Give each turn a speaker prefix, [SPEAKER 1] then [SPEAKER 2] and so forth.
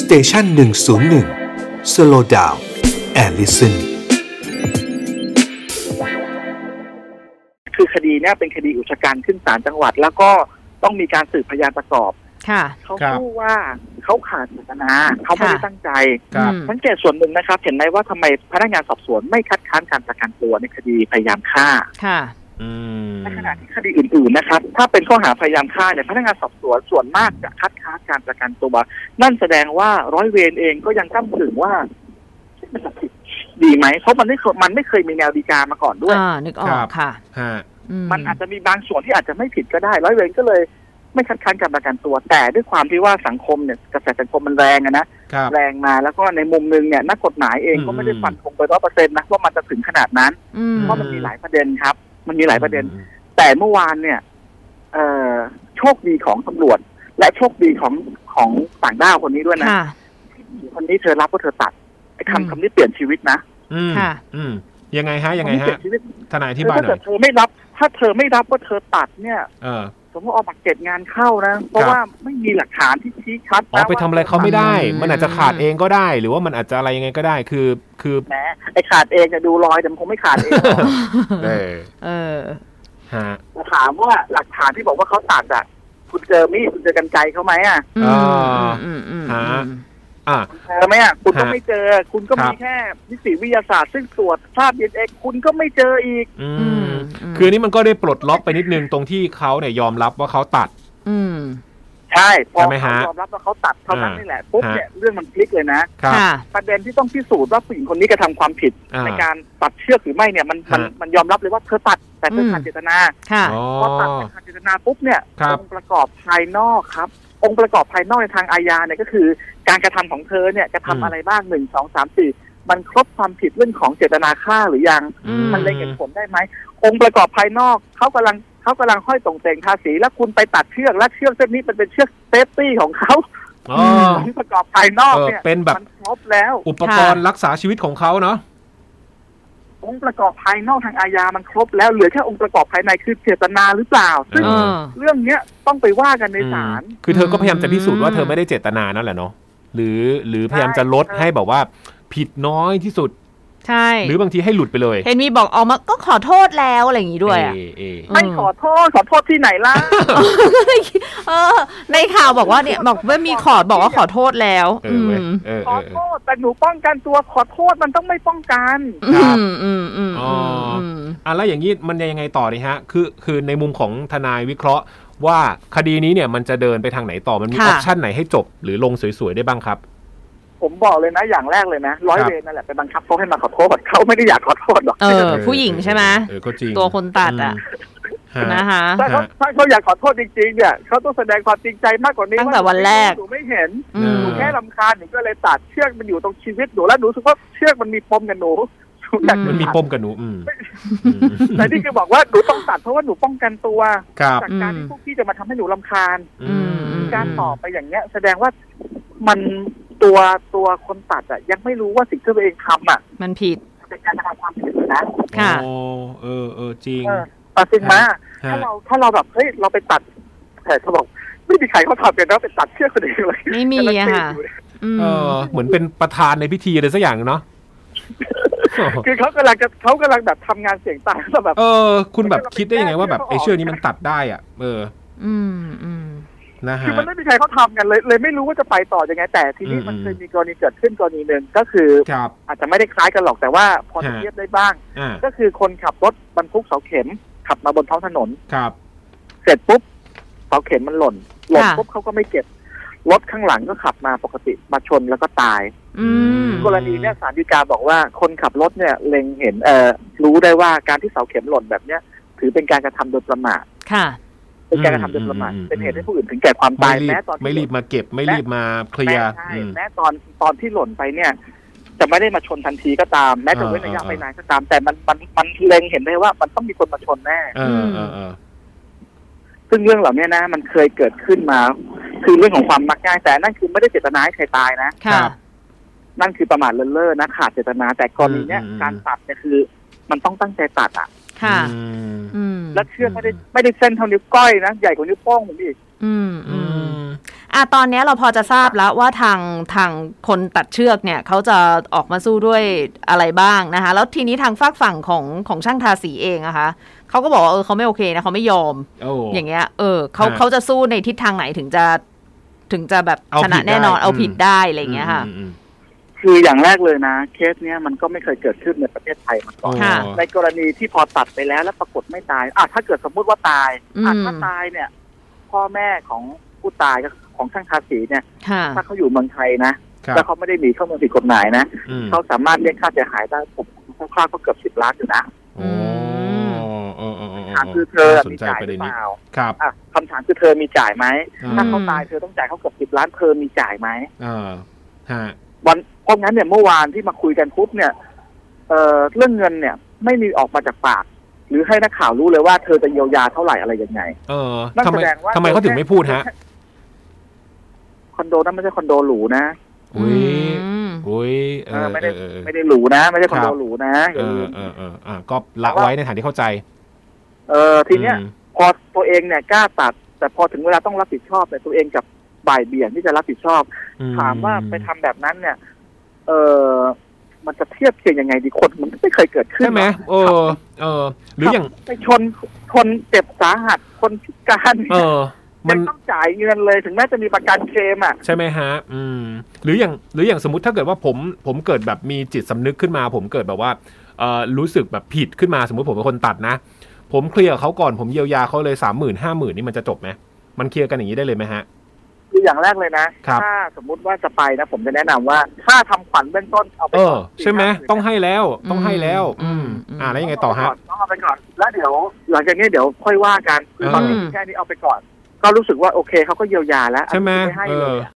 [SPEAKER 1] สเตชันหนึ่งศูนย์หนึ่งสโลดาวแอลลิสัน
[SPEAKER 2] คือคดีเนี้ยเป็นคดีอุกชะกันขึ้นศาลจังหวัด แล้วก็ต้องมีการสืบพยานประกอบ
[SPEAKER 3] ค่ะ
[SPEAKER 2] เขา
[SPEAKER 4] ครับ
[SPEAKER 2] พูดว่าเขาขาดเจตนาเขาไม่ได้
[SPEAKER 3] ค่ะ
[SPEAKER 2] ตั้งใจ
[SPEAKER 4] ครับ
[SPEAKER 3] อืม
[SPEAKER 2] สังเกตส่วนหนึ่งนะครับ เห็นไหมว่าทำไมพนักงานสอบสวนไม่คัดค้านการประกันตัวในคดีพยายามฆ่า
[SPEAKER 3] ค่ะ
[SPEAKER 4] อืม
[SPEAKER 2] ในขณะที่คดีอื่นๆนะครับ ถ้าเป็นข้อหาพยายามฆ่าเนี่ยพนักงานสอบสวนส่วนมากจะคัดค้านการประกันตัว นั่นแสดงว่าร้อยเวรเองก็ยังตั้งถึงว่ามันจะผิดดีไหมเพราะมันไม่เคยมันไม่เคยมีแนวดีกามาก่อนด้วย
[SPEAKER 3] อ่า นึกออกค่ะ
[SPEAKER 4] ฮะ
[SPEAKER 3] อื
[SPEAKER 2] มันอาจจะมีบางส่วนที่อาจจะไม่ผิดก็ได้ ร้อยเวรก็เลยไม่คัดค้านการประกันตัว แต่ด้วยความที่ว่าสังคมเนี่ยกระแสสังคมมันแรงอะนะ
[SPEAKER 4] ครับ
[SPEAKER 2] แรงมาแล้วก็ในมุมหนึงเนี่ยนักกฎหมายเอง
[SPEAKER 4] อืม
[SPEAKER 2] ก็ไม่ได้ฟันธงไปร้อยเปอร์เซ็นต์นะว่ามันจะถึงขนาดนั้น
[SPEAKER 3] อืม
[SPEAKER 2] เพราะมัน
[SPEAKER 4] อืม
[SPEAKER 2] มีหลายประเด็นครับ มันมีหลายประเด็น แต่เมื่อวานเนี่ยเออโชคดีของตำรวจ และโชคดีของของต่างด้าวคนนี้ด้วยนะ
[SPEAKER 3] ค่ะ
[SPEAKER 2] คนนี้เธอรับว่าเธอตัดไอ้
[SPEAKER 3] อืม
[SPEAKER 2] คำคำนี้เปลี่ยนชีวิตนะ
[SPEAKER 4] อืม
[SPEAKER 3] ค่ะ
[SPEAKER 4] อืมยังไงฮะยังไง
[SPEAKER 2] คำนี้เปลี่ย
[SPEAKER 4] ฮะ
[SPEAKER 2] นชีวิต
[SPEAKER 4] ทนายอธิบาย
[SPEAKER 2] ถ้า
[SPEAKER 4] หน่
[SPEAKER 2] เกิ
[SPEAKER 4] อ
[SPEAKER 2] ด
[SPEAKER 4] ย
[SPEAKER 2] เธอไม่รับ ถ้าเธอไม่รับว่าเธอตัดเนี่ย
[SPEAKER 4] เออ
[SPEAKER 2] สมมติออกบัตรเจ็ดงานเข้านะ เพราะ
[SPEAKER 4] ครับ
[SPEAKER 2] ว่าไม่มีหลักฐานที่ชี้ชัด
[SPEAKER 4] อ๋อ
[SPEAKER 2] นะ
[SPEAKER 4] ไปทำอะไรเขาไม่ได้
[SPEAKER 3] อืม
[SPEAKER 4] มันอาจจะขาดเองก็ได้ หรือว่ามันอาจจะอะไรยังไงก็ได้ คือ คือ
[SPEAKER 2] แหมไอ้ขาดเองจะดูรอยแต่มันคงไม่ขาดเองหรอก
[SPEAKER 4] เออ
[SPEAKER 3] เออ
[SPEAKER 4] ฮะ
[SPEAKER 2] ถามว่าหลักฐานที่บอกว่าเขาตัดอ่ะ คุณเจอมีดคุณเจอกันไกลเขาไหมอ่ะ
[SPEAKER 3] อืมอืมอืมอืม
[SPEAKER 4] อ่ะ
[SPEAKER 2] เจอไหมอ่ะคุณก็
[SPEAKER 4] ฮะ
[SPEAKER 2] ไม่เจอ คุณก็
[SPEAKER 4] ค
[SPEAKER 2] มี
[SPEAKER 4] รับ
[SPEAKER 2] แค่นิติวิทยาศาสตร์ซึ่งตรวจภาพดีเอ็กคุณก็ไม่เจออีก
[SPEAKER 4] อื
[SPEAKER 3] อื
[SPEAKER 4] ม
[SPEAKER 3] มอืม
[SPEAKER 4] คืออันนี้มันก็ได้ปลดล็อกไปนิดนึงตรงที่เขาเนี่ยยอมรับว่าเขาตัด
[SPEAKER 3] อืม
[SPEAKER 2] ใช่พอ
[SPEAKER 4] ใช่ไหม
[SPEAKER 2] เขา
[SPEAKER 4] ฮะ
[SPEAKER 2] ยอมรับว่าเขาตัดเท่านั้น
[SPEAKER 4] อ่านี่
[SPEAKER 2] นี่แหละปุ๊บ
[SPEAKER 4] ฮะ
[SPEAKER 2] เนี่ยเรื่องมันพลิกเลยนะ
[SPEAKER 4] ครับ
[SPEAKER 3] ค่ะ
[SPEAKER 2] ประเด็นที่ต้องพิสูจน์ว่าผู้หญิงคนนี้กระทำความผิด
[SPEAKER 4] อ่า
[SPEAKER 2] ในการตัดเชือกหรือไม่เนี่ยมันมัน
[SPEAKER 4] ฮะ
[SPEAKER 2] มันยอมรับเลยว่าเธอตัดแต่เธอขาด
[SPEAKER 3] อืม
[SPEAKER 2] เจตนา
[SPEAKER 3] ค่ะ
[SPEAKER 4] อ๋อ
[SPEAKER 2] พอตัดขาดเจตนาปุ๊บเนี่ย
[SPEAKER 4] ครั
[SPEAKER 2] อ
[SPEAKER 4] บ
[SPEAKER 2] งค์ประกอบภายนอกครับ องค์ประกอบภายนอกในทางอาญาเนี่ยก็คือ การกระทำของเธอเนี่ยกระทำอะไรบ้างหนึ่งสองสามสี่มันครบความผิดเรื่องของเจตนาฆ่าหรือยัง
[SPEAKER 4] อืม
[SPEAKER 2] มันเลยเห็นผลได้ไหม องค์ประกอบภายนอกเขากำลังเขากำลังห้อยส่งเสงทาสี แล้วคุณไปตัดเชือกและเชือกเส้นนี้มันเป็นเชือกเซฟตี้ของเขา
[SPEAKER 4] อ๋อ
[SPEAKER 2] องค์ประกอบภายนอกเนี่ย
[SPEAKER 4] เออเป็นแบบ
[SPEAKER 2] มันครบแล้ว
[SPEAKER 4] อุปกรณ์รักษาชีวิตของเขาเนาะ
[SPEAKER 2] องค์ประกอบภายนอกทางอาญามันครบแล้วเหลือแค่องค์ประกอบภายในคือเจตนาหรือเปล่า ซึ่ง
[SPEAKER 3] เอ
[SPEAKER 4] เ
[SPEAKER 3] อ
[SPEAKER 2] เรื่องเนี้ยต้องไปว่ากันในศาล
[SPEAKER 4] อืมคือเธอก็พยายามจะพิสูจน์ว่า
[SPEAKER 3] อืม
[SPEAKER 4] เธอไม่ได้เจตนานั่นแหละเนาะ หรือหรือ
[SPEAKER 2] ใช่
[SPEAKER 4] พยายามจะลด
[SPEAKER 2] ใช่
[SPEAKER 4] ให้แบบว่า ผิดน้อยที่สุด
[SPEAKER 3] ใช่
[SPEAKER 4] หรือบางทีให้หลุดไปเลย
[SPEAKER 3] เห็นมีบอกออกมาก็ขอโทษแล้วอะไรอย่างนี้ด้วยอะ
[SPEAKER 4] เอเอ
[SPEAKER 3] อืม
[SPEAKER 2] ไม่ขอโทษขอโทษที่ไหนล่ะ
[SPEAKER 3] เออ ในข่าวบอกว่าเนี่ยบอกว่ามีขอบอกว่าขอโทษแล้ว
[SPEAKER 4] เอ
[SPEAKER 3] อื
[SPEAKER 4] อเว้ย
[SPEAKER 3] ม
[SPEAKER 4] เออ
[SPEAKER 2] ข
[SPEAKER 4] เอ
[SPEAKER 2] อ
[SPEAKER 4] อเอ
[SPEAKER 2] โท
[SPEAKER 4] อ
[SPEAKER 2] ษแต่หนูป้องกันตัวขอโทษมันต้องไม่ป้องกัน
[SPEAKER 3] อืมอืมอืม
[SPEAKER 4] อ๋
[SPEAKER 3] อื
[SPEAKER 4] อ
[SPEAKER 3] ม
[SPEAKER 4] อื
[SPEAKER 3] อืม
[SPEAKER 4] อ่ะแล้วอย่างนี้มันยังไงต่อดีฮะ คือคือในมุมของทนายวิเคราะห์ ว่าคดีนี้เนี่ยมันจะเดินไปทางไหนต่อ มันมีอ
[SPEAKER 3] ค่ะ
[SPEAKER 4] อปชันไหนให้จบ หรือลงสวยๆได้บ้างครับ
[SPEAKER 2] ผมบอกเลยนะอย่างแรกเลยนะ ร้อย
[SPEAKER 4] ครับ
[SPEAKER 2] เวรนั่นแหละไปบังคับเขาให้มาขอโทษเขาไม่ได้อยากขอโทษหรอก
[SPEAKER 3] เออ ผู้หญิงใช่ไหม
[SPEAKER 4] เออก็จริง
[SPEAKER 3] ตัวคนตัดอะ
[SPEAKER 4] อืมฮะ
[SPEAKER 3] นะคะ
[SPEAKER 2] ถ้าเขา
[SPEAKER 4] ฮะ
[SPEAKER 2] ถ้าเขาอยากขอโทษจริงๆเนี่ยเขาต้องแสดงความจริงใจมากกว่านี้
[SPEAKER 3] ตั้งแต่วันแรก
[SPEAKER 2] หนูไม่เห็น
[SPEAKER 3] อืม
[SPEAKER 2] หนูแค่ลำคาญหนูก็เลยตัดเชือกมันอยู่ตรงชีวิตหนูแล้วหนูรู้สึกว่าเชือกมันมีปมกับหนูหนูอยาก
[SPEAKER 4] มันมี
[SPEAKER 2] ตัด
[SPEAKER 4] ปมกับหนูอืม
[SPEAKER 2] แต่นี่คือบอกว่าหนูต้องตัดเพราะว่าหนูป้องกันตัว
[SPEAKER 4] ครับ
[SPEAKER 2] จากการที่พวกพี่จะมาทำให้หนูลำคาญ
[SPEAKER 3] อืม
[SPEAKER 2] การตอบไปอย่างเงี้ย แสดงว่ามันตัวตัวคนตัดอะยังไม่รู้ว่าสิ่งที่ตัวเองทำอะ
[SPEAKER 3] มันผิด
[SPEAKER 2] เป็นการกระทำความผิดนะ
[SPEAKER 3] ค่ะ
[SPEAKER 4] โอ้เออเออจริง
[SPEAKER 2] เออตัดสินมา
[SPEAKER 4] ฮะ
[SPEAKER 2] ถ้าเราถ้าเราแบบเฮ้ยเราไปตัดแต่เขาบอกไม่มีใครเขาทำกันนะไปตัดเชือกคนอื่นเลย
[SPEAKER 3] ไม่มีอะค่ะ อืม
[SPEAKER 4] เออเหมือนเป็นประธานในพิธีอะไรสักอย่างเนาะ
[SPEAKER 2] คือเขากำลังจะเขากำลังแบบทำงานเสียงตายแล้วแบบ
[SPEAKER 4] เออ คุณแบบคิดได้ยังไงว่าแบบไอ้เชือกนี้มันตัดได้อ่ะ เออ
[SPEAKER 3] อืมอืม
[SPEAKER 4] นะ
[SPEAKER 2] คือ
[SPEAKER 4] ฮะ
[SPEAKER 2] มันไม่มีใครเขาทำกันเลย เลยไม่รู้ว่าจะไปต่อยังไง แต่ทีนี้
[SPEAKER 4] อืม
[SPEAKER 2] มันเคยมีกรณีเกิดขึ้นกรณีหนึ่งก็คือ
[SPEAKER 4] ครับ
[SPEAKER 2] อาจจะไม่ได้คล้ายกันหรอกแต่ว่าพอจะ
[SPEAKER 4] ฮะ
[SPEAKER 2] เทียบได้บ้าง
[SPEAKER 4] อ่า
[SPEAKER 2] ก็คือคนขับรถบรรทุกเสาเข็ม ขับมาบนท้องถนน
[SPEAKER 4] ครับ
[SPEAKER 2] เสร็จปุ๊บเสาเข็มมันหล่น หล่น
[SPEAKER 3] ค่ะ
[SPEAKER 2] ปุ๊บเขาก็ไม่เก็บรถข้างหลังก็ขับมาปกติมาชนแล้วก็ตาย
[SPEAKER 3] อืม
[SPEAKER 2] กรณีเนี่ยสารฎีกาบอกว่าคนขับรถเนี่ยเล็งเห็นเอ่อรู้ได้ว่าการที่เสาเข็มหล่นแบบเนี้ย ถือเป็นการกระทำโดยประมาท
[SPEAKER 3] ค่ะ
[SPEAKER 2] เป็นการกระทำโดยประมาท
[SPEAKER 4] อืมอืม
[SPEAKER 2] เป็นเหตุให้ผู้อื่นถึงแก่ความ
[SPEAKER 4] ไม่
[SPEAKER 2] ตาย
[SPEAKER 4] รีบ
[SPEAKER 2] แม้ตอน
[SPEAKER 4] ไม่รีบมาเก็บไม่รีบมาเคลี
[SPEAKER 2] แม้
[SPEAKER 4] ยร์
[SPEAKER 2] ใช่
[SPEAKER 4] อืม
[SPEAKER 2] แม้ตอนตอนที่หล่นไปเนี่ย จะไม่ได้มาชนทันทีก็ตาม แม้จะเว้นระยะ
[SPEAKER 4] อ่า
[SPEAKER 2] ไปนานก็ตาม แต่มันมันมันเล็งเห็นได้ว่ามันต้องมีคนมาชนแน่
[SPEAKER 4] เออเออเออ
[SPEAKER 2] ซึ่งเรื่องเหล่านี้นะ มันเคยเกิดขึ้นมา คือเรื่องของความมักง่ายแต่นั่นคือไม่ได้เจตนาให้ใครตายนะ
[SPEAKER 3] ค่ะ
[SPEAKER 2] นั่นคือประมาทเลินเล่อนะขาดเจตนา แต่กรณีเนี้ยการตัดเนี่ยคือ มันต้องตั้งใจตัดอ่ะ
[SPEAKER 3] ค่ะ
[SPEAKER 4] อืม
[SPEAKER 3] อืม
[SPEAKER 2] และเชือกไม่ได้ไม่ได้เส้นเท่านิ้วก้อยนะ ใหญ่กว่านิ้วโป้งผมอีก
[SPEAKER 3] อืม
[SPEAKER 4] อื
[SPEAKER 3] อืม
[SPEAKER 4] ม
[SPEAKER 3] อ่ะตอนเนี้ยเราพอจะทราบแล้วว่าทางทางคนตัดเชือกเนี่ยเขาจะออกมาสู้ด้วยอะไรบ้างนะคะ แล้วทีนี้ทางฝากฝั่งของของช่างทาสีเองอะคะเขาก็บอกว่าเออเขาไม่โอเคนะเขาไม่ยอม
[SPEAKER 4] โอ้
[SPEAKER 3] อย่างเงี้ย เออเขา
[SPEAKER 4] ฮะ
[SPEAKER 3] เขาจะสู้ในทิศทางไหนถึงจะ ถึงจะแบบ
[SPEAKER 4] เอา
[SPEAKER 3] ชนะ
[SPEAKER 4] ผิด
[SPEAKER 3] แน่นอน
[SPEAKER 4] ได้
[SPEAKER 3] เอา
[SPEAKER 4] อืม
[SPEAKER 3] ผิดได้อะไรอย่างเงี้ยค่ะ
[SPEAKER 4] อืมอืม
[SPEAKER 2] คืออย่างแรกเลยนะ เคสเนี้ยมันก็ไม่เคยเกิดขึ้นในประเทศไทยมาก่
[SPEAKER 4] อื
[SPEAKER 2] อน
[SPEAKER 4] ม
[SPEAKER 3] ค่ะ
[SPEAKER 2] ในกรณีที่พอตัดไปแล้วแล้วปรากฏไม่ตายอ่ะถ้าเกิดสมมุติว่าตายอ่ะ
[SPEAKER 3] อืม
[SPEAKER 2] ถ้าตายเนี่ย พ่อแม่ของผู้ตายก็ของช่างทาสีเนี่ย
[SPEAKER 3] ค่ะ
[SPEAKER 2] ถ้าเขาอยู่เมืองไทยนะ
[SPEAKER 4] ครับ
[SPEAKER 2] แล้วเขาไม่ได้หนีเข้าเมืองผิดกฎหมายนะ
[SPEAKER 4] อืม
[SPEAKER 2] เขาสามารถเรียกค่าเสียหายได้ผมคร่าวๆก็เกือบสิบล้านอยู่นะ
[SPEAKER 4] โอ้โอ้โอ้โ
[SPEAKER 2] ถามคือเธอ
[SPEAKER 4] น่สน
[SPEAKER 2] มี
[SPEAKER 4] ใจ
[SPEAKER 2] จ่าย
[SPEAKER 4] ประ
[SPEAKER 2] หรื
[SPEAKER 4] เด็น
[SPEAKER 2] อเป
[SPEAKER 4] นี้
[SPEAKER 2] ล่า
[SPEAKER 4] ครับ
[SPEAKER 2] อ่ะคำถามคือเธอมีจ่ายไหม
[SPEAKER 4] อ่
[SPEAKER 2] ถ้า
[SPEAKER 3] อื
[SPEAKER 2] เขา
[SPEAKER 3] ม
[SPEAKER 2] ตายเธอต้องจ่ายเขาเกือบสิบล้านเธอมีจ่ายไหม
[SPEAKER 4] อ่าฮะ
[SPEAKER 2] วันเพราะงั้นเนี่ยเมื่อวานที่มาคุยกันปุ๊บเนี่ยเอ่อเรื่องเงินเนี่ย ไม่มีออกมาจากปาก หรือให้นักข่าวรู้เลยว่าเธอจะเยียวยาเท่าไหร่อะไรยังไง
[SPEAKER 4] เออ
[SPEAKER 2] นั่น
[SPEAKER 4] ทำไม
[SPEAKER 2] แสดงว่า
[SPEAKER 4] ทำไมเขาถึงไม่พูดฮะ
[SPEAKER 2] คอนโดนั้นไม่ใช่คอนโดหรูนะ
[SPEAKER 4] อุ้ย
[SPEAKER 3] อืม
[SPEAKER 4] อุ้ยเออ
[SPEAKER 2] เออไม่ได้
[SPEAKER 4] เออเออ
[SPEAKER 2] ไม่ได้หรูนะ ไม่ใช่คอนโด
[SPEAKER 4] ครับ
[SPEAKER 2] หรูนะ
[SPEAKER 4] เอย่
[SPEAKER 2] อาลื
[SPEAKER 4] อ
[SPEAKER 2] ม
[SPEAKER 4] เออเอออ่ะก็ละไว้ในฐานที่เข้าใจ
[SPEAKER 2] เออทีเนี้ย
[SPEAKER 4] อืม
[SPEAKER 2] พอตัวเองเนี่ยกล้าตัด แต่พอถึงเวลาต้องรับผิดชอบแต่ยตัวเองกลับบ่ายเบี่ยงที่จะรับผิดชอบ
[SPEAKER 4] อื
[SPEAKER 2] ถามว่าไปทำแบบนั้นเนี่ย เออมันจะเทียบเทียงยังไงดีคนมันไม่เคยเกิดขึ้น
[SPEAKER 4] ใช่ไหม
[SPEAKER 2] รอก
[SPEAKER 4] เออ เออ หรืออย่าง
[SPEAKER 2] ไปชนคนเจ็บสาหัสคนพิการ
[SPEAKER 4] เออ
[SPEAKER 2] ยั
[SPEAKER 4] มัน
[SPEAKER 2] งต้องจ่ายเงินเลยถึงแม้จะมีประกันเคลมอ่ะ
[SPEAKER 4] ใช่ไหมฮะ อืม หรืออย่าง หรืออย่างสมมติถ้าเกิดว่าผม ผมเกิดแบบมีจิตสำนึกขึ้นมา ผมเกิดแบบว่า เออรู้สึกแบบผิดขึ้นมา สมมติผมเป็นคนตัดนะ ผมเคลียร์กับเขาก่อน ผมเยียวยาเขาเลยสามหมื่นห้าหมื่นนี่มันจะจบไหม มันเคลียร์กันอย่างนี้ได้เลยไหมฮะ
[SPEAKER 2] คืออย่างแรกเลยนะ
[SPEAKER 4] ครับ
[SPEAKER 2] ถ้าสมมุติว่าจะไปนะ ผมจะแนะนำว่า ค่าทำขวัญเบื้องต้นเอาไป
[SPEAKER 4] เอ
[SPEAKER 2] ก่
[SPEAKER 4] อ
[SPEAKER 2] อน
[SPEAKER 4] ใช่ไหม
[SPEAKER 2] 4-5
[SPEAKER 4] ต้องให้แล้ว ต้องให้แล้ว อืม
[SPEAKER 3] อืม
[SPEAKER 4] อ่าแล้วยังไงต่อฮะ
[SPEAKER 2] ต้องเอาไปก่อน แล้วเดี๋ยว หลังจากนี้เดี๋ยวค่อยว่ากันคือตอนนี้
[SPEAKER 3] เออ
[SPEAKER 2] แค่นี้เอาไปก่อน ก็รู้สึกว่าโอเคเขาก็เยียวยาแล้ว
[SPEAKER 4] ใช่ไหม
[SPEAKER 2] อันนี้ไม่ให้
[SPEAKER 4] เอ
[SPEAKER 2] เล
[SPEAKER 4] อ
[SPEAKER 2] ยอะ